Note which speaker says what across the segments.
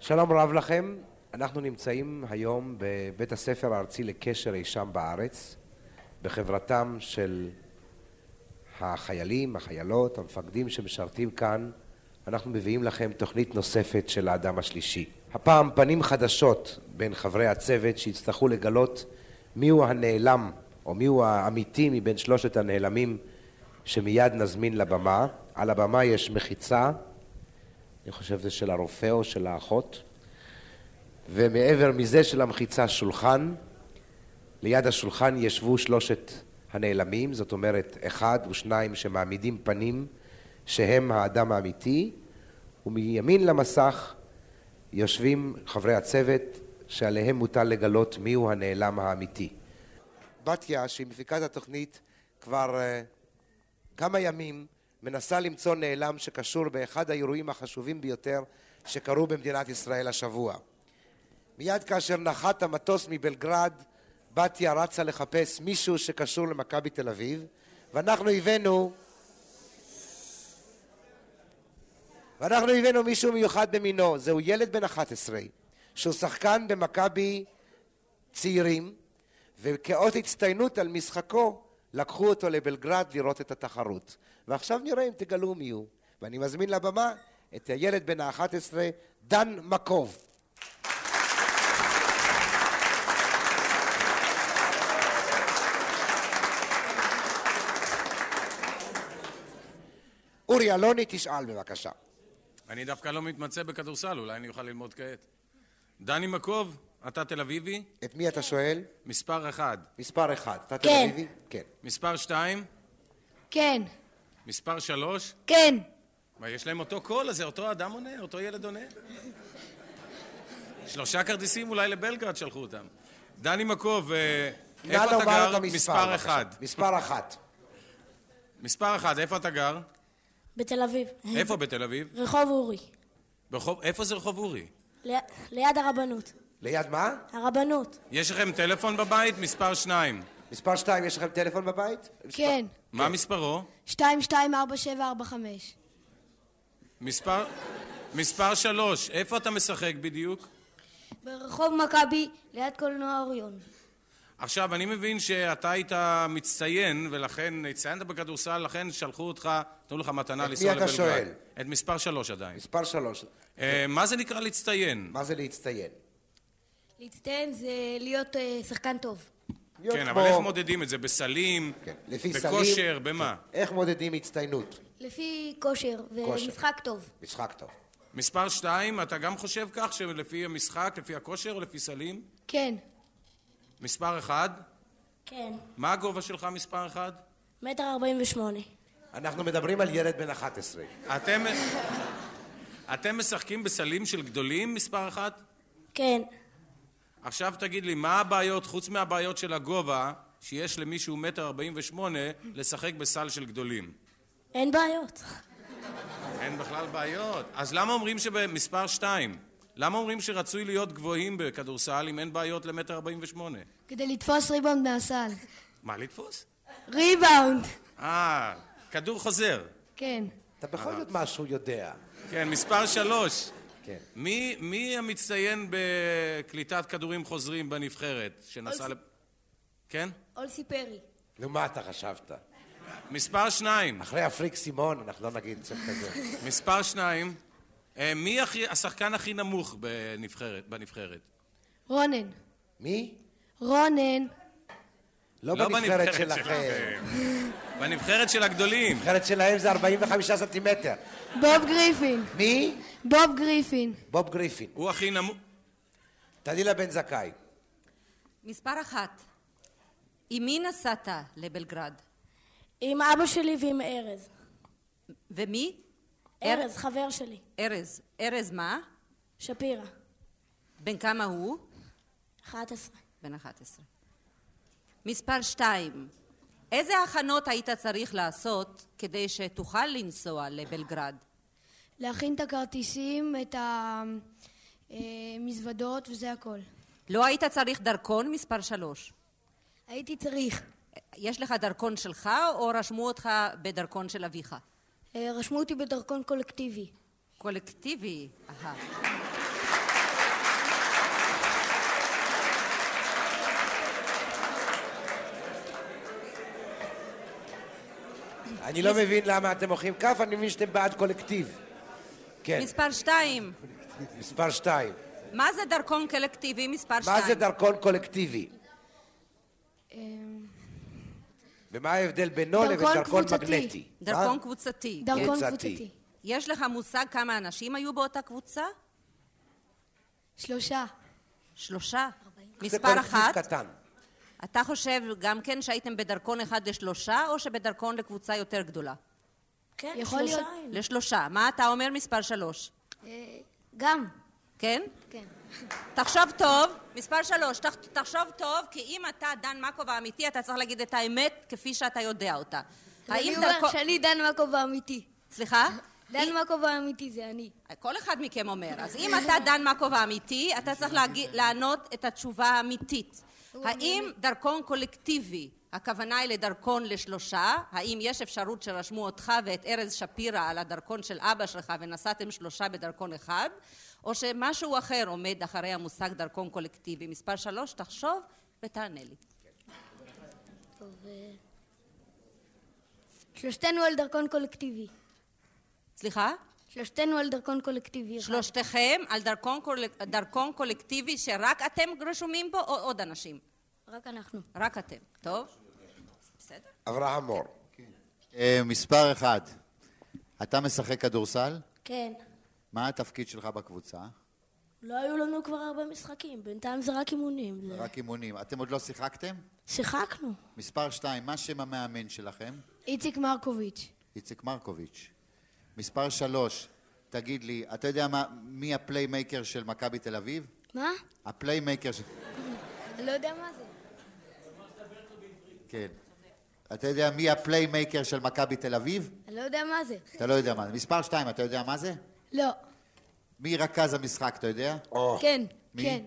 Speaker 1: שלום רב לכם, אנחנו נמצאים היום בבית הספר הארצי לקשר אי שם בארץ, בחברתם של החיילים, החיילות, המפקדים שמשרתים כאן, אנחנו מביאים לכם תוכנית נוספת של האדם השלישי. הפעם פנים חדשות בין חברי הצוות שיצטרכו לגלות מיהו הנעלם או מיהו האמיתי מבין שלושת הנעלמים שמיד נזמין לבמה. על הבמה יש מחיצה, אני חושב זה של הרופא או של האחות, ומעבר מזה של המחיצה שולחן. ליד השולחן ישבו שלושת הנעלמים, זאת אומרת אחד ושניים שמעמידים פנים שהם האדם האמיתי, ומימין למסך יושבים חברי הצוות שעליהם מוטל לגלות מיהו הנעלם האמיתי. בתיה, שהיא מפיקת התוכנית כבר אה, uh, כמה ימים, מנסה למצוא נעלם שקשור באחד האירועים החשובים ביותר שקרו במדינת ישראל השבוע. מיד כאשר נחת המטוס מבלגרד, בתיה רצה לחפש מישהו שקשור למכבי תל אביב, ואנחנו הבאנו... ואנחנו הבאנו מישהו מיוחד במינו, זהו ילד בן 11, שהוא שחקן במכבי צעירים, וכאות הצטיינות על משחקו, לקחו אותו לבלגרד לראות את התחרות. ועכשיו נראה אם תגלו מי הוא. ואני מזמין לבמה את הילד בן ה-11, דן מקוב. אורי אלוני, תשאל בבקשה.
Speaker 2: אני דווקא לא מתמצא בכדורסל, אולי אני אוכל ללמוד כעת. דני מקוב, אתה תל אביבי?
Speaker 1: את מי אתה שואל?
Speaker 2: מספר אחד.
Speaker 1: מספר אחד. אתה תל
Speaker 3: כן.
Speaker 1: אביבי? כן.
Speaker 2: מספר שתיים?
Speaker 3: כן,
Speaker 2: מספר שלוש?
Speaker 3: כן,
Speaker 2: מה, יש להם אותו קול, אז זה אותו אדם עונה? אותו ילד עונה? שלושה כרטיסים אולי לבלגרד שלחו אותם. דני מקוב, אה,
Speaker 1: נא
Speaker 2: איפה אתה
Speaker 1: לומר את
Speaker 2: גר?
Speaker 1: המספר,
Speaker 2: מספר
Speaker 1: בבקשה.
Speaker 2: אחד.
Speaker 1: מספר אחת.
Speaker 2: מספר אחד, איפה אתה גר?
Speaker 3: בתל אביב.
Speaker 2: איפה בתל אביב?
Speaker 3: רחוב אורי,
Speaker 2: ברחוב- איפה זה רחוב אורי?
Speaker 3: ל- ליד הרבנות.
Speaker 1: ליד מה?
Speaker 3: הרבנות.
Speaker 2: יש לכם טלפון בבית? מספר שניים.
Speaker 1: מספר שתיים, יש לכם טלפון בבית?
Speaker 4: כן,
Speaker 2: מה מספרו?
Speaker 4: 224745.
Speaker 2: מספר... מספר שלוש, איפה אתה משחק בדיוק?
Speaker 4: ברחוב מכבי, ליד קולנוע אוריון.
Speaker 2: עכשיו, אני מבין שאתה היית מצטיין, ולכן הצטיינת בכדורסל, לכן שלחו אותך, נתנו לך מתנה
Speaker 1: את מי
Speaker 2: לנסוע
Speaker 1: אתה
Speaker 2: לבלגרד.
Speaker 1: שואל?
Speaker 2: את מספר שלוש עדיין.
Speaker 1: מספר שלוש.
Speaker 2: אה, מה זה נקרא להצטיין?
Speaker 1: מה זה להצטיין?
Speaker 2: כן,
Speaker 4: להצטיין זה להיות אה, שחקן טוב.
Speaker 1: להיות
Speaker 2: כן,
Speaker 1: כמו-
Speaker 2: אבל איך מודדים את זה? בסלים?
Speaker 1: כן, לפי סלים. כן.
Speaker 2: בכושר? במה?
Speaker 1: איך מודדים הצטיינות?
Speaker 4: לפי כושר ומשחק טוב.
Speaker 1: משחק טוב.
Speaker 2: מספר שתיים, אתה גם חושב כך, שלפי המשחק, לפי הכושר או לפי סלים?
Speaker 4: כן,
Speaker 2: מספר אחד?
Speaker 3: כן.
Speaker 2: מה הגובה שלך מספר אחד?
Speaker 3: מטר ארבעים ושמונה.
Speaker 1: אנחנו מדברים על ילד בן 11.
Speaker 2: אתם... אתם משחקים בסלים של גדולים מספר אחת?
Speaker 3: כן,
Speaker 2: עכשיו תגיד לי, מה הבעיות, חוץ מהבעיות של הגובה, שיש למישהו מטר ארבעים ושמונה, לשחק בסל של גדולים?
Speaker 3: אין בעיות.
Speaker 2: אין בכלל בעיות. אז למה אומרים שבמספר שתיים? למה אומרים שרצוי להיות גבוהים בכדורסל אם אין בעיות למטר ארבעים ושמונה?
Speaker 4: כדי לתפוס ריבאונד מהסל.
Speaker 2: מה, לתפוס?
Speaker 4: ריבאונד!
Speaker 2: אה, כדור חוזר.
Speaker 4: כן.
Speaker 1: אתה
Speaker 2: אה.
Speaker 1: בכל זאת משהו יודע.
Speaker 2: כן, מספר שלוש.
Speaker 1: כן.
Speaker 2: מי, מי המצטיין בקליטת כדורים חוזרים בנבחרת שנסע ל... כן?
Speaker 4: אולסי פרי.
Speaker 1: נו, מה אתה חשבת?
Speaker 2: מספר שניים.
Speaker 1: אחרי הפריק סימון, אנחנו לא נגיד שם כזה.
Speaker 2: מספר שניים. אה, מי הכי, השחקן הכי נמוך בנבחרת? בנבחרת?
Speaker 4: רונן.
Speaker 1: מי?
Speaker 4: רונן.
Speaker 1: לא בנבחרת שלכם.
Speaker 2: שלכם. בנבחרת של הגדולים.
Speaker 1: בנבחרת שלהם זה 45 סנטימטר.
Speaker 4: בוב גריפין.
Speaker 1: מי?
Speaker 4: בוב גריפין.
Speaker 1: בוב גריפין.
Speaker 2: הוא הכי נמוך.
Speaker 1: טלילה בן זכאי.
Speaker 5: מספר אחת, עם מי נסעת לבלגרד?
Speaker 3: עם אבא שלי ועם ארז.
Speaker 5: ומי?
Speaker 3: ארז, חבר שלי.
Speaker 5: ארז. ארז מה?
Speaker 3: שפירא.
Speaker 5: בן כמה הוא?
Speaker 3: 11.
Speaker 5: בן 11. מספר שתיים, איזה הכנות היית צריך לעשות כדי שתוכל לנסוע לבלגרד?
Speaker 4: להכין את הכרטיסים, את המזוודות וזה הכל.
Speaker 5: לא היית צריך דרכון מספר שלוש.
Speaker 4: הייתי צריך.
Speaker 5: יש לך דרכון שלך או רשמו אותך בדרכון של אביך?
Speaker 4: אה, רשמו אותי בדרכון קולקטיבי.
Speaker 5: קולקטיבי. אהה.
Speaker 1: אני לא מבין למה אתם מוחאים כף, אני מבין שאתם בעד קולקטיב. כן,
Speaker 5: מספר שתיים,
Speaker 1: מספר שתיים.
Speaker 5: מה זה דרכון קולקטיבי מספר שתיים?
Speaker 1: מה זה דרכון קולקטיבי?
Speaker 4: אמ,
Speaker 1: ומה ההבדל בינו
Speaker 4: דרכון
Speaker 1: לבין דרכון
Speaker 4: קבוצתי.
Speaker 1: מגנטי?
Speaker 5: דרכון
Speaker 1: מה?
Speaker 5: קבוצתי. כן.
Speaker 4: דרכון
Speaker 1: קבוצתי.
Speaker 4: קבוצתי.
Speaker 5: יש לך מושג כמה אנשים היו באותה קבוצה?
Speaker 4: שלושה.
Speaker 5: שלושה.
Speaker 1: זה
Speaker 5: מספר
Speaker 1: קולקטיב
Speaker 5: אחת.
Speaker 1: קטן.
Speaker 5: אתה חושב גם כן שהייתם בדרכון אחד לשלושה, או שבדרכון לקבוצה יותר גדולה?
Speaker 3: כן,
Speaker 4: יכול להיות.
Speaker 3: שלושה היינו.
Speaker 5: לשלושה. מה אתה אומר מספר שלוש?
Speaker 4: אה, גם.
Speaker 5: כן?
Speaker 4: כן.
Speaker 5: תחשוב טוב, מספר שלוש, תח, תחשוב טוב, כי אם אתה דן מקוב האמיתי, אתה צריך להגיד את האמת כפי שאתה יודע אותה.
Speaker 4: אני אומר שאני דן מקוב האמיתי.
Speaker 5: סליחה?
Speaker 4: דן מקוב האמיתי זה אני.
Speaker 5: כל אחד מכם אומר. אז אם אתה דן מקוב האמיתי, אתה צריך להגיד, לענות את התשובה האמיתית. האם דרכון קולקטיבי, הכוונה היא לדרכון לשלושה, האם יש אפשרות שרשמו אותך ואת ארז שפירא על הדרכון של אבא שלך ונסעתם שלושה בדרכון אחד, או שמשהו אחר עומד אחרי המושג דרכון קולקטיבי? מספר שלוש, תחשוב ותענה לי.
Speaker 4: טוב. אה, שלושתנו על דרכון קולקטיבי.
Speaker 5: סליחה?
Speaker 4: שלושתנו על דרכון קולקטיבי. אחד.
Speaker 5: שלושתכם על דרכון, קולק... דרכון קולקטיבי שרק אתם רשומים בו או עוד אנשים?
Speaker 4: רק אנחנו.
Speaker 5: רק אתם, טוב? בסדר.
Speaker 1: אברהם מור.
Speaker 6: אה, מספר אחד, אתה משחק כדורסל?
Speaker 3: כן.
Speaker 6: מה התפקיד שלך בקבוצה?
Speaker 3: לא היו לנו כבר הרבה משחקים, בינתיים זה רק אימונים. זה-
Speaker 6: רק אימונים. אתם עוד לא שיחקתם?
Speaker 3: שיחקנו.
Speaker 6: מספר שתיים, מה שם המאמן שלכם?
Speaker 4: איציק מרקוביץ'.
Speaker 6: איציק מרקוביץ'. מספר שלוש, תגיד לי, אתה יודע מה, מי הפליימייקר של מכבי תל אביב?
Speaker 4: מה?
Speaker 6: הפליימייקר של...
Speaker 4: אני לא יודע מה זה.
Speaker 6: כן. אתה יודע מי הפליימייקר של מכבי תל אביב?
Speaker 4: אני לא יודע מה זה.
Speaker 6: אתה לא יודע מה זה. מספר שתיים, אתה יודע מה זה?
Speaker 4: לא.
Speaker 6: מי רכז המשחק, אתה יודע?
Speaker 1: או,
Speaker 4: כן.
Speaker 6: מי?
Speaker 4: כן.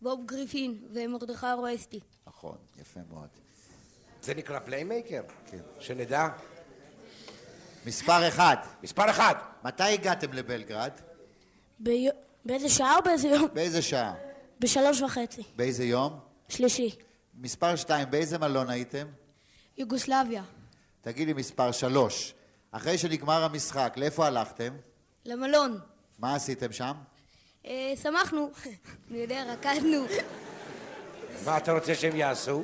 Speaker 4: בוב גריפין ומרדכי רואסטי.
Speaker 6: נכון, יפה מאוד.
Speaker 5: כן.
Speaker 1: זה נקרא פליימייקר?
Speaker 6: כן.
Speaker 1: שנדע.
Speaker 6: מספר אחד,
Speaker 1: מספר אחד.
Speaker 6: מתי הגעתם לבלגרד?
Speaker 3: ביו- באיזה שעה או באיזה יום?
Speaker 6: באיזה שעה?
Speaker 3: בשלוש וחצי.
Speaker 6: באיזה יום?
Speaker 3: שלישי.
Speaker 6: מספר שתיים, באיזה מלון הייתם?
Speaker 4: יוגוסלביה.
Speaker 6: תגיד לי מספר שלוש. אחרי שנגמר המשחק, לאיפה הלכתם?
Speaker 4: למלון.
Speaker 6: מה עשיתם שם?
Speaker 4: אה, שמחנו. אני יודע, רקדנו.
Speaker 1: מה אתה רוצה שהם יעשו?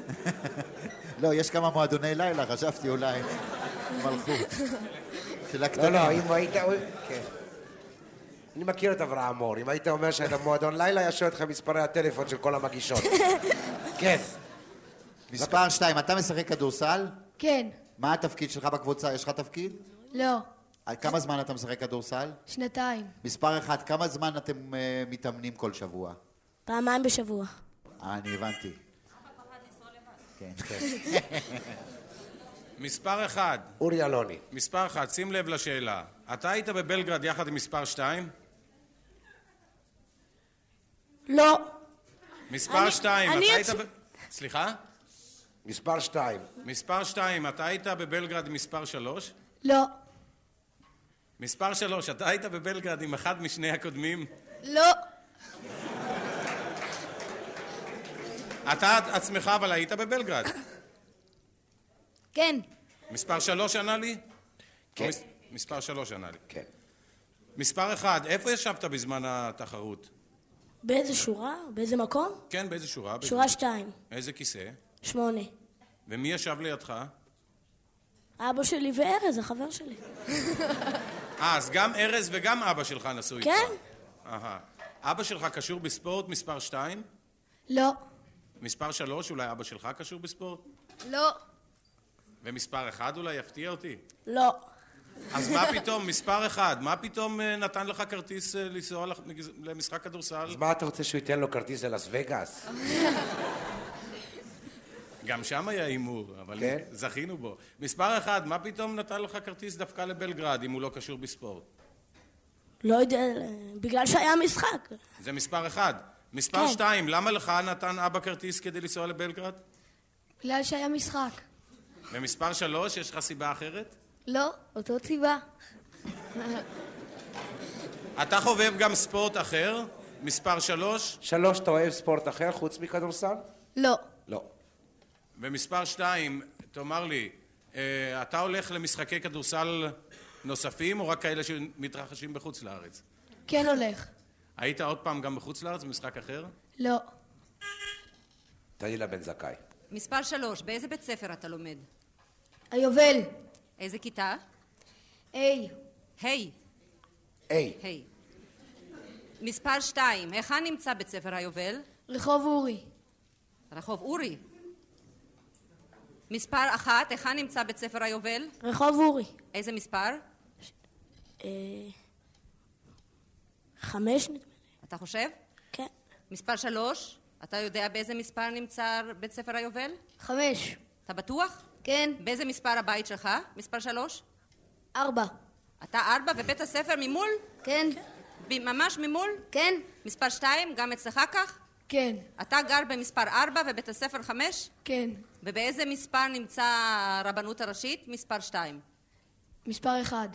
Speaker 6: לא, יש כמה מועדוני לילה, חשבתי אולי. מלכות. של
Speaker 1: לא,
Speaker 6: הקטנים.
Speaker 1: לא, אם היית... כן. אני מכיר את אברהם מור. אם היית אומר שהיית במועדון לילה, היה שואל אותך מספרי הטלפון של כל המגישות. כן.
Speaker 6: מספר שתיים, אתה משחק כדורסל?
Speaker 4: כן.
Speaker 6: מה התפקיד שלך בקבוצה? יש לך תפקיד?
Speaker 4: לא.
Speaker 6: על כמה זמן אתה משחק כדורסל?
Speaker 4: שנתיים.
Speaker 6: מספר אחד, כמה זמן אתם אה, מתאמנים כל שבוע?
Speaker 3: פעמיים בשבוע.
Speaker 6: אה, אני הבנתי. כן, כן.
Speaker 2: מספר אחד,
Speaker 1: אורי אלוני.
Speaker 2: מספר אחת, שים לב לשאלה. אתה היית בבלגרד יחד עם מספר שתיים?
Speaker 3: לא.
Speaker 2: מספר
Speaker 3: אני-
Speaker 2: שתיים,
Speaker 3: אני
Speaker 2: אתה היית
Speaker 3: עצ-
Speaker 2: ב... סליחה?
Speaker 1: מספר שתיים.
Speaker 2: מספר שתיים, אתה היית בבלגרד עם מספר שלוש?
Speaker 4: לא.
Speaker 2: מספר שלוש, אתה היית בבלגרד עם אחד משני הקודמים?
Speaker 4: לא.
Speaker 2: אתה עצמך אבל היית בבלגרד.
Speaker 4: כן.
Speaker 2: מספר שלוש ענה לי?
Speaker 1: כן.
Speaker 2: או מס- מספר שלוש ענה לי.
Speaker 1: כן.
Speaker 2: מספר אחד, איפה ישבת בזמן התחרות?
Speaker 3: באיזה שורה? באיזה מקום?
Speaker 2: כן, באיזה שורה? באיזה-
Speaker 3: שורה שתיים.
Speaker 2: איזה כיסא?
Speaker 3: שמונה.
Speaker 2: ומי ישב לידך?
Speaker 3: אבא שלי וארז, החבר שלי.
Speaker 2: אה, אז גם ארז וגם אבא שלך נסעו איתך.
Speaker 3: כן.
Speaker 2: אהה. אבא שלך קשור בספורט מספר שתיים?
Speaker 4: לא.
Speaker 2: מספר שלוש, אולי אבא שלך קשור בספורט?
Speaker 4: לא.
Speaker 2: ומספר אחד אולי יפתיע אותי?
Speaker 3: לא.
Speaker 2: אז מה פתאום, מספר אחד, מה פתאום אה, נתן לך כרטיס אה, לנסוע לח- מגז- למשחק כדורסל?
Speaker 1: אז מה אתה רוצה שהוא ייתן לו כרטיס ללאס וגאס?
Speaker 2: גם שם היה הימור, אבל
Speaker 1: כן.
Speaker 2: זכינו בו. מספר אחד, מה פתאום נתן לך כרטיס דווקא לבלגרד, אם הוא לא קשור בספורט?
Speaker 3: לא יודע, בגלל שהיה משחק.
Speaker 2: זה מספר אחד. מספר
Speaker 3: כן.
Speaker 2: שתיים, למה לך נתן אבא כרטיס כדי לנסוע לבלגרד?
Speaker 4: בגלל שהיה משחק.
Speaker 2: ומספר שלוש, יש לך סיבה אחרת?
Speaker 4: לא. אותו סיבה.
Speaker 2: אתה חובב גם ספורט אחר? מספר שלוש?
Speaker 1: שלוש, אתה אוהב ספורט אחר חוץ מכדורסל?
Speaker 4: לא.
Speaker 1: לא.
Speaker 2: ומספר שתיים, תאמר לי, אמ, אה, אתה הולך למשחקי כדורסל נוספים, או רק כאלה שמתרחשים בחוץ לארץ?
Speaker 4: כן הולך.
Speaker 2: היית עוד פעם גם בחוץ לארץ במשחק אחר?
Speaker 4: לא.
Speaker 1: דנילה בן זכאי.
Speaker 5: מספר שלוש, באיזה בית ספר אתה לומד?
Speaker 4: היובל.
Speaker 5: איזה כיתה?
Speaker 4: היי.
Speaker 5: היי,
Speaker 1: היי,
Speaker 5: היי. מספר שתיים, היכן נמצא בית ספר היובל?
Speaker 4: רחוב אורי.
Speaker 5: רחוב אורי. מספר אחת, היכן נמצא בית ספר היובל?
Speaker 3: רחוב אורי.
Speaker 5: איזה מספר?
Speaker 3: אה, חמש נדמה לי.
Speaker 5: אתה חושב?
Speaker 3: כן.
Speaker 5: מספר שלוש, אתה יודע באיזה מספר נמצא בית ספר היובל?
Speaker 4: חמש.
Speaker 5: אתה בטוח?
Speaker 4: כן.
Speaker 5: באיזה מספר הבית שלך? מספר שלוש?
Speaker 4: ארבע.
Speaker 5: אתה ארבע ובית הספר ממול?
Speaker 4: כן.
Speaker 5: ב- ממש ממול?
Speaker 4: כן?
Speaker 5: מספר שתיים, גם אצלך כך?
Speaker 4: כן.
Speaker 5: אתה גר במספר ארבע ובית הספר חמש?
Speaker 4: כן.
Speaker 5: ובאיזה מספר נמצא הרבנות הראשית? מספר שתיים.
Speaker 4: מספר אחד.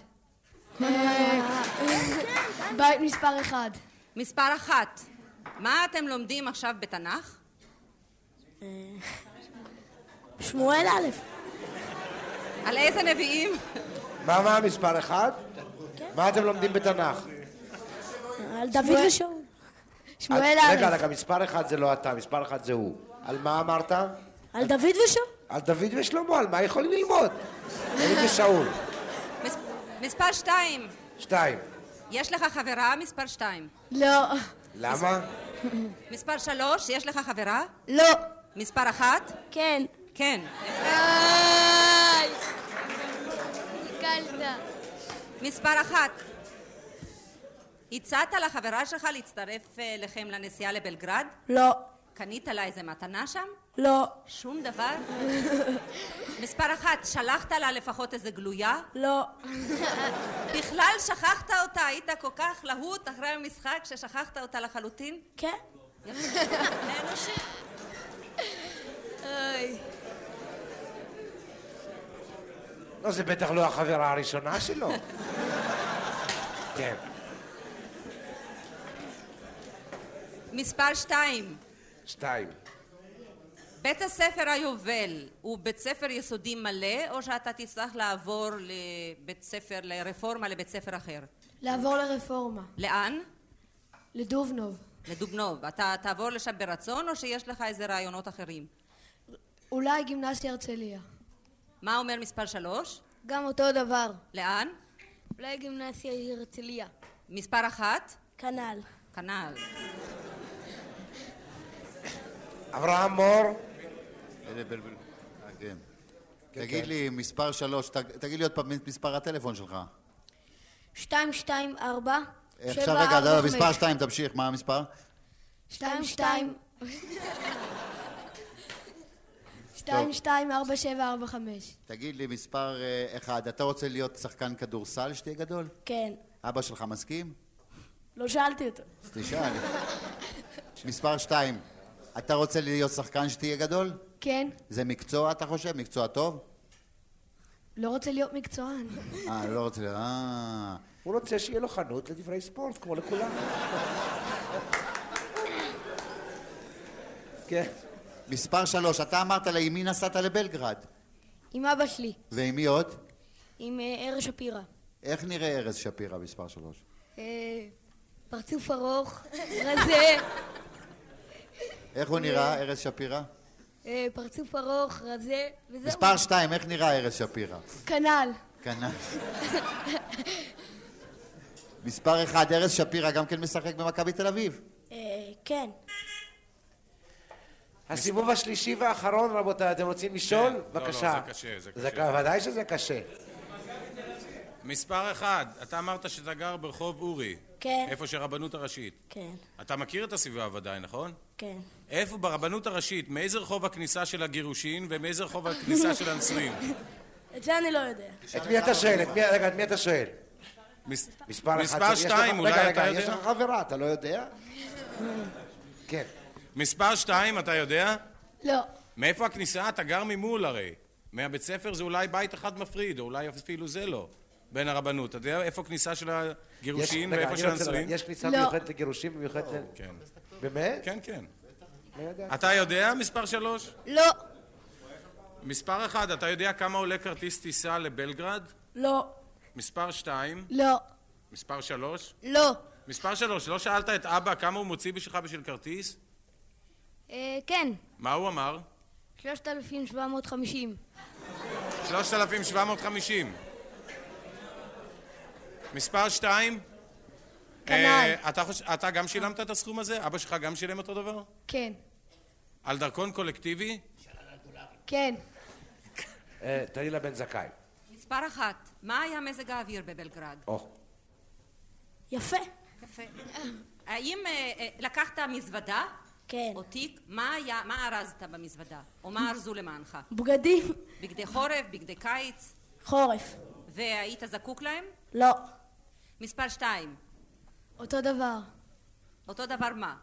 Speaker 4: בית מספר אחד.
Speaker 5: מספר אחת, מה אתם לומדים עכשיו בתנ"ך?
Speaker 3: שמואל א'.
Speaker 5: על איזה נביאים?
Speaker 1: מה, מה המספר אחד? מה אתם לומדים בתנ"ך?
Speaker 3: על דוד
Speaker 4: שמואל-
Speaker 3: ושאול.
Speaker 4: שמואל
Speaker 1: את- רגע,
Speaker 4: א'.
Speaker 1: רגע, מספר אחד זה לא אתה, מספר אחד זה הוא. על מה אמרת?
Speaker 3: על דוד ושאול.
Speaker 1: על דוד ושלמה, על מה יכולים ללמוד? דוד ושאול.
Speaker 5: מס... מספר שתיים,
Speaker 1: שתיים.
Speaker 5: יש לך חברה? מספר שתיים.
Speaker 4: לא.
Speaker 1: למה?
Speaker 5: מספר שלוש, יש לך חברה?
Speaker 4: לא.
Speaker 5: מספר אחת?
Speaker 3: כן.
Speaker 5: כן.
Speaker 4: איי! זיקלת.
Speaker 5: מספר אחת, הצעת לחברה שלך להצטרף אה, לכם לנסיעה לבלגרד?
Speaker 3: לא.
Speaker 5: קנית לה איזה מתנה שם?
Speaker 3: לא.
Speaker 5: שום דבר? מספר אחת, שלחת לה לפחות איזה גלויה?
Speaker 3: לא.
Speaker 5: בכלל שכחת אותה, היית כל כך להוט אחרי המשחק ששכחת אותה לחלוטין?
Speaker 3: כן.
Speaker 1: לא, זה בטח לא החברה הראשונה שלו. כן.
Speaker 5: מספר שתיים,
Speaker 1: שתיים.
Speaker 5: בית הספר היובל הוא בית ספר יסודי מלא, או שאתה תצטרך לעבור לבית ספר, לרפורמה לבית ספר אחר?
Speaker 4: לעבור לרפורמה.
Speaker 5: לאן?
Speaker 4: לדובנוב.
Speaker 5: לדובנוב. אתה תעבור לשם ברצון, או שיש לך איזה רעיונות אחרים?
Speaker 4: אולי גימנסיה הרצליה.
Speaker 5: מה אומר מספר שלוש?
Speaker 4: גם אותו דבר.
Speaker 5: לאן?
Speaker 4: אולי גימנסיה הרצליה.
Speaker 5: מספר אחת?
Speaker 3: כנ"ל.
Speaker 5: כנ"ל.
Speaker 1: אברהם מור,
Speaker 6: אלה בלבל. אה, כן. תגיד לי מספר שלוש, ת- תגיד לי עוד פעם את מספר הטלפון שלך.
Speaker 4: 224
Speaker 6: עכשיו רגע, לא, לא, מספר שתיים, תמשיך, מה המספר?
Speaker 4: 22 224745
Speaker 6: תגיד לי מספר אה, אחד, אתה רוצה להיות שחקן כדורסל שתהיה גדול?
Speaker 3: כן.
Speaker 6: אבא שלך מסכים?
Speaker 3: לא שאלתי אותו.
Speaker 6: אז תשאל. מספר שתיים, אתה רוצה להיות שחקן שתהיה גדול?
Speaker 4: כן,
Speaker 6: זה מקצוע, אתה חושב? מקצוע טוב?
Speaker 4: לא רוצה להיות מקצוען.
Speaker 6: אה, לא רוצה... אה...
Speaker 1: הוא רוצה שיהיה לו חנות לדברי ספורט, כמו לכולם. כן.
Speaker 6: מספר שלוש, אתה אמרת לה, עם מי נסעת לבלגרד?
Speaker 4: עם אבא שלי,
Speaker 6: ועם מי עוד?
Speaker 4: עם אר שפירא.
Speaker 6: איך נראה ארז שפירא מספר שלוש?
Speaker 4: אה, פרצוף ארוך, רזה,
Speaker 6: איך הוא נראה, ארז שפירא?
Speaker 4: אה, פרצוף ארוך, רזה, וזהו.
Speaker 6: מספר שתיים, איך נראה ארז שפירא?
Speaker 4: כנ"ל.
Speaker 6: כנ"ל. מספר אחד, ארז שפירא גם כן משחק במכבי תל אביב.
Speaker 3: אה, כן.
Speaker 1: הסיבוב השלישי והאחרון, רבותיי, אתם רוצים לשאול?
Speaker 2: לא, לא,
Speaker 1: בבקשה.
Speaker 2: זה קשה, זה
Speaker 1: זה
Speaker 2: קשה.
Speaker 1: ודאי שזה קשה.
Speaker 2: מספר אחד, אתה אמרת שאתה גר ברחוב אורי.
Speaker 3: כן.
Speaker 2: איפה שהרבנות הראשית.
Speaker 3: כן.
Speaker 2: אתה מכיר את הסביבה ודאי, נכון?
Speaker 3: כן.
Speaker 2: איפה ברבנות הראשית, מאיזה רחוב הכניסה של הגירושין ומאיזה רחוב הכניסה של הנשואים?
Speaker 3: את זה אני לא יודע.
Speaker 1: את מי אתה שואל? את מי- רגע, את מי אתה שואל?
Speaker 2: מס-
Speaker 1: מספר אחד.
Speaker 2: מספר
Speaker 1: יש לך-
Speaker 2: שתיים,
Speaker 1: רגע,
Speaker 2: אולי אתה
Speaker 1: רגע, יש
Speaker 2: יודע?
Speaker 1: לך חברה, אתה לא יודע? כן.
Speaker 2: מספר שתיים, אתה יודע?
Speaker 4: לא.
Speaker 2: מאיפה הכניסה? אתה גר ממול הרי. מהבית ספר זה אולי בית אחד מפריד, או אולי אפילו זה לא, בין הרבנות. אתה יודע איפה הכניסה של
Speaker 1: יש-
Speaker 2: הגירושין
Speaker 1: רגע,
Speaker 2: ואיפה
Speaker 1: אני
Speaker 2: של
Speaker 1: רוצה לדעת,
Speaker 2: הנשואים?
Speaker 1: יש כניסה
Speaker 4: לא.
Speaker 1: מיוחדת לגירושים ומיוחדת ל...
Speaker 2: כן,
Speaker 1: באמת?
Speaker 2: כן, כן.
Speaker 1: לא יודע.
Speaker 2: אתה יודע מספר שלוש?
Speaker 4: לא.
Speaker 2: מספר אחד, אתה יודע כמה עולה כרטיס טיסה לבלגרד?
Speaker 4: לא.
Speaker 2: מספר שתיים?
Speaker 4: לא.
Speaker 2: מספר שלוש?
Speaker 4: לא.
Speaker 2: מספר שלוש, לא שאלת את אבא כמה הוא מוציא בשבילך בשביל כרטיס?
Speaker 4: כן,
Speaker 2: מה הוא אמר?
Speaker 4: 3,750.
Speaker 2: 3,750. מספר שתיים?
Speaker 4: כנ"ל.
Speaker 2: אה, אתה, חוש... אתה גם שילמת את הסכום הזה? אבא שלך גם שילם אותו דבר?
Speaker 4: כן.
Speaker 2: על דרכון קולקטיבי?
Speaker 4: כן.
Speaker 2: כן.
Speaker 1: אה, תני לה בן זכאי.
Speaker 5: מספר אחת, מה היה מזג האוויר בבלגרד?
Speaker 1: או,
Speaker 3: יפה.
Speaker 5: יפה. האם אה, אה, לקחת מזוודה?
Speaker 3: כן.
Speaker 5: או תיק? מה היה, מה ארזת במזוודה? או מה ארזו למענך?
Speaker 3: בגדים,
Speaker 5: בגדי חורף, בגדי קיץ?
Speaker 3: חורף.
Speaker 5: והיית זקוק להם?
Speaker 3: לא.
Speaker 5: מספר שתיים,
Speaker 4: אותו דבר.
Speaker 5: אותו דבר מה?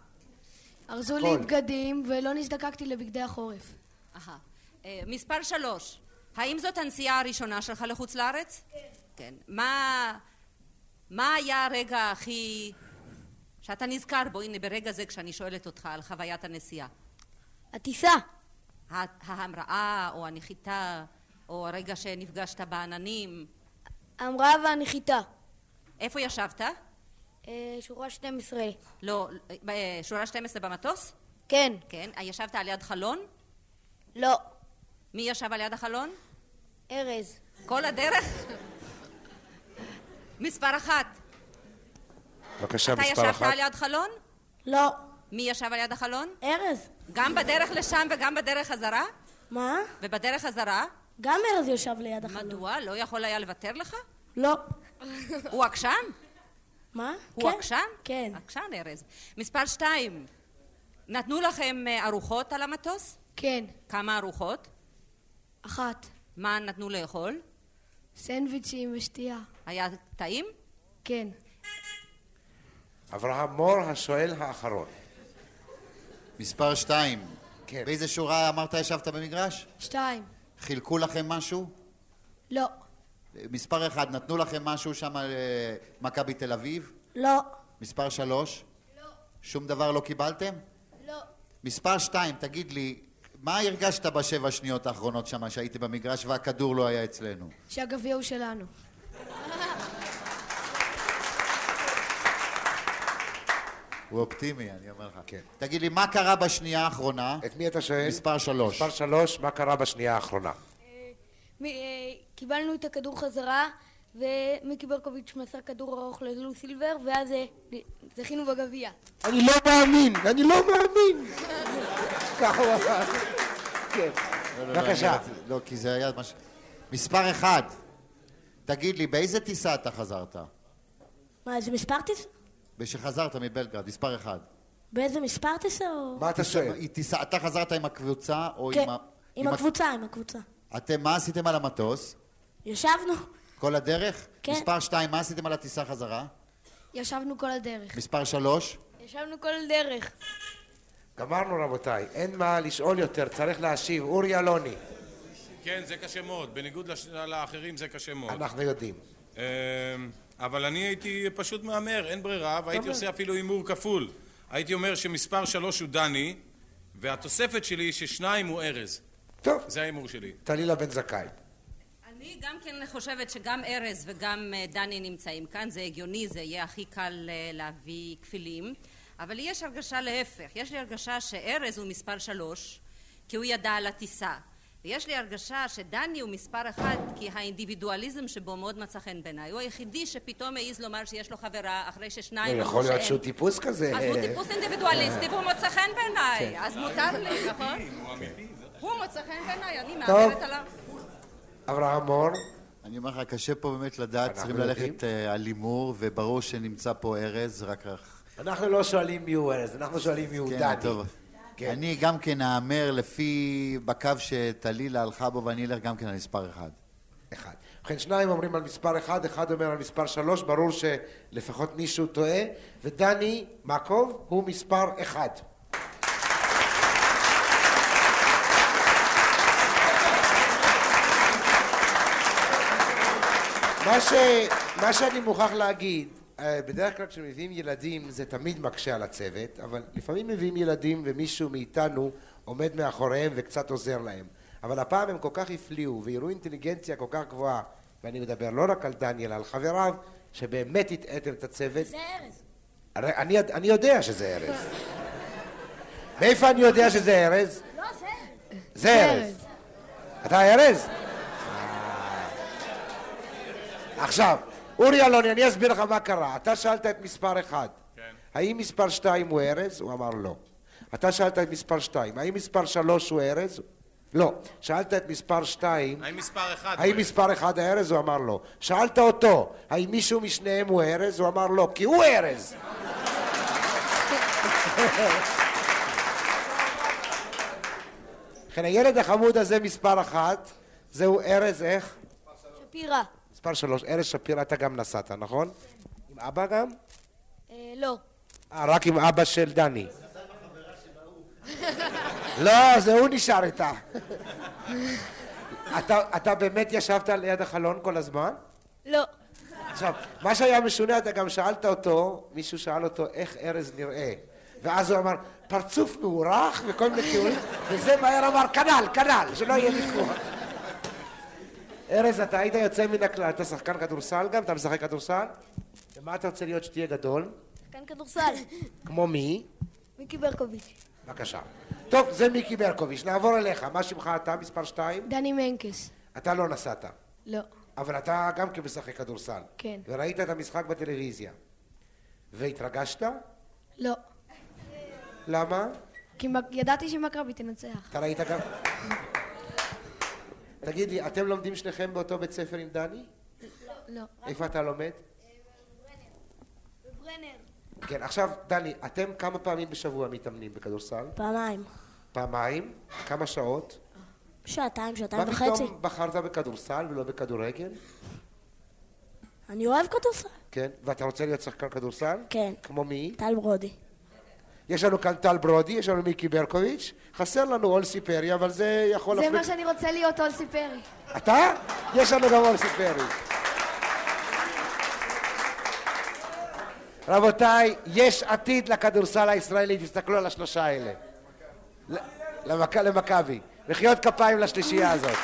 Speaker 4: ארזו
Speaker 1: הכל.
Speaker 4: לי בגדים ולא נזדקקתי לבגדי החורף.
Speaker 5: אהה. אה, מספר שלוש, האם זאת הנסיעה הראשונה שלך לחוץ לארץ? כן. כן. מה, מה היה הרגע הכי... שאתה נזכר בו, הנה ברגע זה כשאני שואלת אותך על חוויית הנסיעה.
Speaker 4: הטיסה.
Speaker 5: הה- ההמראה או הנחיתה או הרגע שנפגשת בעננים.
Speaker 4: המראה והנחיתה. אה,
Speaker 5: איפה ישבת?
Speaker 4: שורה 12.
Speaker 5: לא, אה, שורה 12 במטוס?
Speaker 4: כן.
Speaker 5: כן. אה, ישבת על יד חלון?
Speaker 4: לא.
Speaker 5: מי ישב על יד החלון?
Speaker 4: ארז.
Speaker 5: כל הדרך? מספר אחת.
Speaker 1: בבקשה,
Speaker 5: אתה
Speaker 1: מספר
Speaker 5: ישבת
Speaker 1: אחת.
Speaker 5: על יד חלון?
Speaker 3: לא.
Speaker 5: מי ישב על יד החלון?
Speaker 3: ארז.
Speaker 5: גם בדרך לשם וגם בדרך חזרה?
Speaker 3: מה?
Speaker 5: ובדרך חזרה?
Speaker 3: גם ארז ישב ליד החלום.
Speaker 5: מדוע? לא יכול היה לוותר לך?
Speaker 3: לא.
Speaker 5: הוא עקשן?
Speaker 3: מה?
Speaker 5: הוא
Speaker 3: כן.
Speaker 5: עקשן?
Speaker 3: כן.
Speaker 5: עקשן, ארז. מספר שתיים, נתנו לכם אה, ארוחות על המטוס?
Speaker 4: כן.
Speaker 5: כמה ארוחות?
Speaker 4: אחת.
Speaker 5: מה נתנו לאכול?
Speaker 4: סנדוויצ'ים ושתייה.
Speaker 5: היה טעים?
Speaker 4: כן.
Speaker 1: אברהם מור, השואל האחרון.
Speaker 6: מספר שתיים.
Speaker 1: כן.
Speaker 6: באיזה שורה אמרת ישבת במגרש?
Speaker 4: שתיים.
Speaker 6: חילקו לכם משהו?
Speaker 4: לא.
Speaker 6: מספר אחד, נתנו לכם משהו שם על אה, מכבי תל אביב?
Speaker 3: לא.
Speaker 6: מספר שלוש? לא. שום דבר לא קיבלתם?
Speaker 4: לא.
Speaker 6: מספר שתיים, תגיד לי, מה הרגשת בשבע שניות האחרונות שם שהייתי במגרש והכדור לא היה אצלנו?
Speaker 4: שהגביע הוא שלנו.
Speaker 6: הוא אופטימי, אני אומר לך.
Speaker 1: כן.
Speaker 6: תגיד לי, מה קרה בשנייה האחרונה?
Speaker 1: את מי אתה שואל?
Speaker 6: מספר שלוש.
Speaker 1: מספר שלוש, מה קרה בשנייה האחרונה?
Speaker 4: אה, קיבלנו את הכדור חזרה, ומיקי ברקוביץ' מסר כדור ארוך ללו סילבר, ואז אה, זכינו בגביע.
Speaker 1: אני לא מאמין, אני לא מאמין. ככה הוא אמר. כן.
Speaker 6: לא, לא, לא,
Speaker 1: בבקשה.
Speaker 6: אני רציתי- לא, כי זה היה מה ש... מספר אחד. תגיד לי, באיזה טיסה אתה חזרת?
Speaker 3: מה, זה מספר טיסה?
Speaker 6: כשחזרת מבלגרד, מספר אחד.
Speaker 3: באיזה מספר טיסה או...
Speaker 1: מה אתה שואל?
Speaker 6: היא טיסה, אתה חזרת עם הקבוצה או
Speaker 3: כן.
Speaker 6: עם ה...
Speaker 3: עם הקבוצה, עם הקבוצה.
Speaker 6: אתם, מה עשיתם על המטוס?
Speaker 3: ישבנו.
Speaker 6: כל הדרך?
Speaker 3: כן.
Speaker 6: מספר שתיים, מה עשיתם על הטיסה חזרה?
Speaker 4: ישבנו כל הדרך.
Speaker 6: מספר שלוש?
Speaker 4: ישבנו כל הדרך.
Speaker 1: גמרנו רבותיי, אין מה לשאול יותר, צריך להשיב. אורי אלוני,
Speaker 2: כן, זה קשה מאוד. בניגוד לש... לאחרים זה קשה מאוד.
Speaker 1: אנחנו יודעים.
Speaker 2: אמ, אבל אני הייתי פשוט מהמר, אין ברירה, והייתי עושה אפילו הימור כפול. הייתי אומר שמספר שלוש הוא דני, והתוספת שלי היא ששניים הוא ארז.
Speaker 1: טוב,
Speaker 2: זה ההימור שלי.
Speaker 1: טלילה בן זכאי.
Speaker 5: אני גם כן חושבת שגם ארז וגם אה, דני נמצאים כאן, זה הגיוני, זה יהיה הכי קל אה, להביא כפילים, אבל לי יש הרגשה להפך, יש לי הרגשה שארז הוא מספר שלוש, כי הוא ידע על הטיסה, ויש לי הרגשה שדני הוא מספר אחד, כי האינדיבידואליזם שבו מאוד מצא חן בעיניי, הוא היחידי שפתאום העז לומר שיש לו חברה, אחרי ששניים... אמרו
Speaker 1: לא, יכול להיות
Speaker 5: שאין.
Speaker 1: שהוא טיפוס כזה.
Speaker 5: אז הוא טיפוס אינדיבידואליסטי והוא מוצא חן בעיניי,
Speaker 1: כן.
Speaker 5: אז מותר לי, נכון? הוא מוצא חן בעיניי, אני מהמרת עליו.
Speaker 1: אברהם מור,
Speaker 6: אני אומר לך, קשה פה באמת לדעת,
Speaker 1: אנחנו
Speaker 6: צריכים
Speaker 1: יודעים.
Speaker 6: ללכת אה, על הימור, וברור שנמצא פה ארז, רק... רק-
Speaker 1: אנחנו לא שואלים מי הוא ארז, אנחנו שואלים מי הוא
Speaker 6: כן,
Speaker 1: דני.
Speaker 6: טוב.
Speaker 1: כן.
Speaker 6: אני גם כן אאמר לפי, בקו שטלילה הלכה בו, ואני אלך גם כן על מספר אחד.
Speaker 1: אחד. ובכן, שניים אומרים על מספר אחד, אחד אומר על מספר שלוש, ברור שלפחות מישהו טועה, ודני מקוב הוא מספר אחד. מה, ש... מה שאני מוכרח להגיד, אה, בדרך כלל כשמביאים ילדים זה תמיד מקשה על הצוות, אבל לפעמים מביאים ילדים ומישהו מאיתנו עומד מאחוריהם וקצת עוזר להם. אבל הפעם הם כל כך הפליאו והראו אינטליגנציה כל כך גבוהה, ואני מדבר לא רק על דניאל, על חבריו, שבאמת הטעיתם את הצוות.
Speaker 3: זה ארז.
Speaker 1: הרי אני, אני יודע שזה ארז. מאיפה אני יודע שזה ארז?
Speaker 3: לא, זה ארז.
Speaker 1: זה ארז. אתה ארז? עכשיו, אורי אלוני, אני אסביר לך מה קרה. אתה שאלת את מספר אחד.
Speaker 2: כן.
Speaker 1: האם מספר שתיים הוא ארז? הוא אמר לא. אתה שאלת את מספר שתיים. האם מספר שלוש הוא ארז? לא. שאלת את מספר שתיים,
Speaker 2: האם מספר אחד...
Speaker 1: האם
Speaker 2: הוא-
Speaker 1: מספר אחד הארז? הוא אמר לא. שאלת אותו, האם מישהו משניהם הוא ארז? הוא אמר לא, כי הוא ארז. ובכן, הילד החמוד הזה מספר אחת, זהו ארז איך?
Speaker 4: שפירא.
Speaker 1: מספר שלוש, ארז שפירא, אתה גם נסעת, נכון? עם אבא גם?
Speaker 4: אה, לא.
Speaker 1: אה, רק עם אבא של דני. לא, זה הוא נשאר איתה. אתה, אתה באמת ישבת ליד החלון כל הזמן?
Speaker 4: לא.
Speaker 1: עכשיו, מה שהיה משונה, אתה גם שאלת אותו, מישהו שאל אותו איך ארז נראה. ואז הוא אמר, פרצוף מאורך וכל מיני תיאורים, וזה מהר אמר, כנ"ל, כנ"ל, שלא יהיה ויכוח. ארז, אתה היית יוצא מן הכלל, אתה שחקן כדורסל גם? אתה משחק כדורסל? ומה אתה רוצה להיות שתהיה גדול?
Speaker 4: שחקן כדורסל.
Speaker 1: כמו מי?
Speaker 4: מיקי ברקוביץ'.
Speaker 1: בבקשה. טוב, זה מיקי ברקוביץ', נעבור אליך. מה שמך אתה? מספר שתיים?
Speaker 3: דני מנקס.
Speaker 1: אתה לא נסעת,
Speaker 3: לא.
Speaker 1: אבל אתה גם כן משחק כדורסל.
Speaker 3: כן.
Speaker 1: וראית את המשחק בטלוויזיה. והתרגשת?
Speaker 3: לא.
Speaker 1: למה?
Speaker 3: כי מק- ידעתי שמכבי תנצח.
Speaker 1: אתה ראית גם... תגיד לי, אתם לומדים שניכם באותו בית ספר עם דני?
Speaker 3: לא.
Speaker 1: איפה אתה לומד?
Speaker 7: אה,
Speaker 1: כן, עכשיו, דני, אתם כמה פעמים בשבוע מתאמנים בכדורסל?
Speaker 3: פעמיים.
Speaker 1: פעמיים? כמה שעות?
Speaker 3: שעתיים, שעתיים
Speaker 1: מה
Speaker 3: וחצי.
Speaker 1: פתאום בחרת בכדורסל ולא בכדורגל?
Speaker 3: אני אוהב כדורסל.
Speaker 1: כן. ואתה רוצה להיות שחקן כדורסל?
Speaker 3: כן.
Speaker 1: כמו מי?
Speaker 3: טל ברודי.
Speaker 1: יש לנו כאן טל ברודי, יש לנו מיקי ברקוביץ', חסר לנו אולסי פרי, אבל זה יכול...
Speaker 7: זה
Speaker 1: להפריע-
Speaker 7: מה שאני רוצה להיות אולסי פרי.
Speaker 1: אתה? יש לנו גם אולסי פרי. רבותיי, יש עתיד לכדורסל הישראלי, תסתכלו על השלושה האלה. ל- למכ- למכבי. מחיאות כפיים לשלישייה הזאת.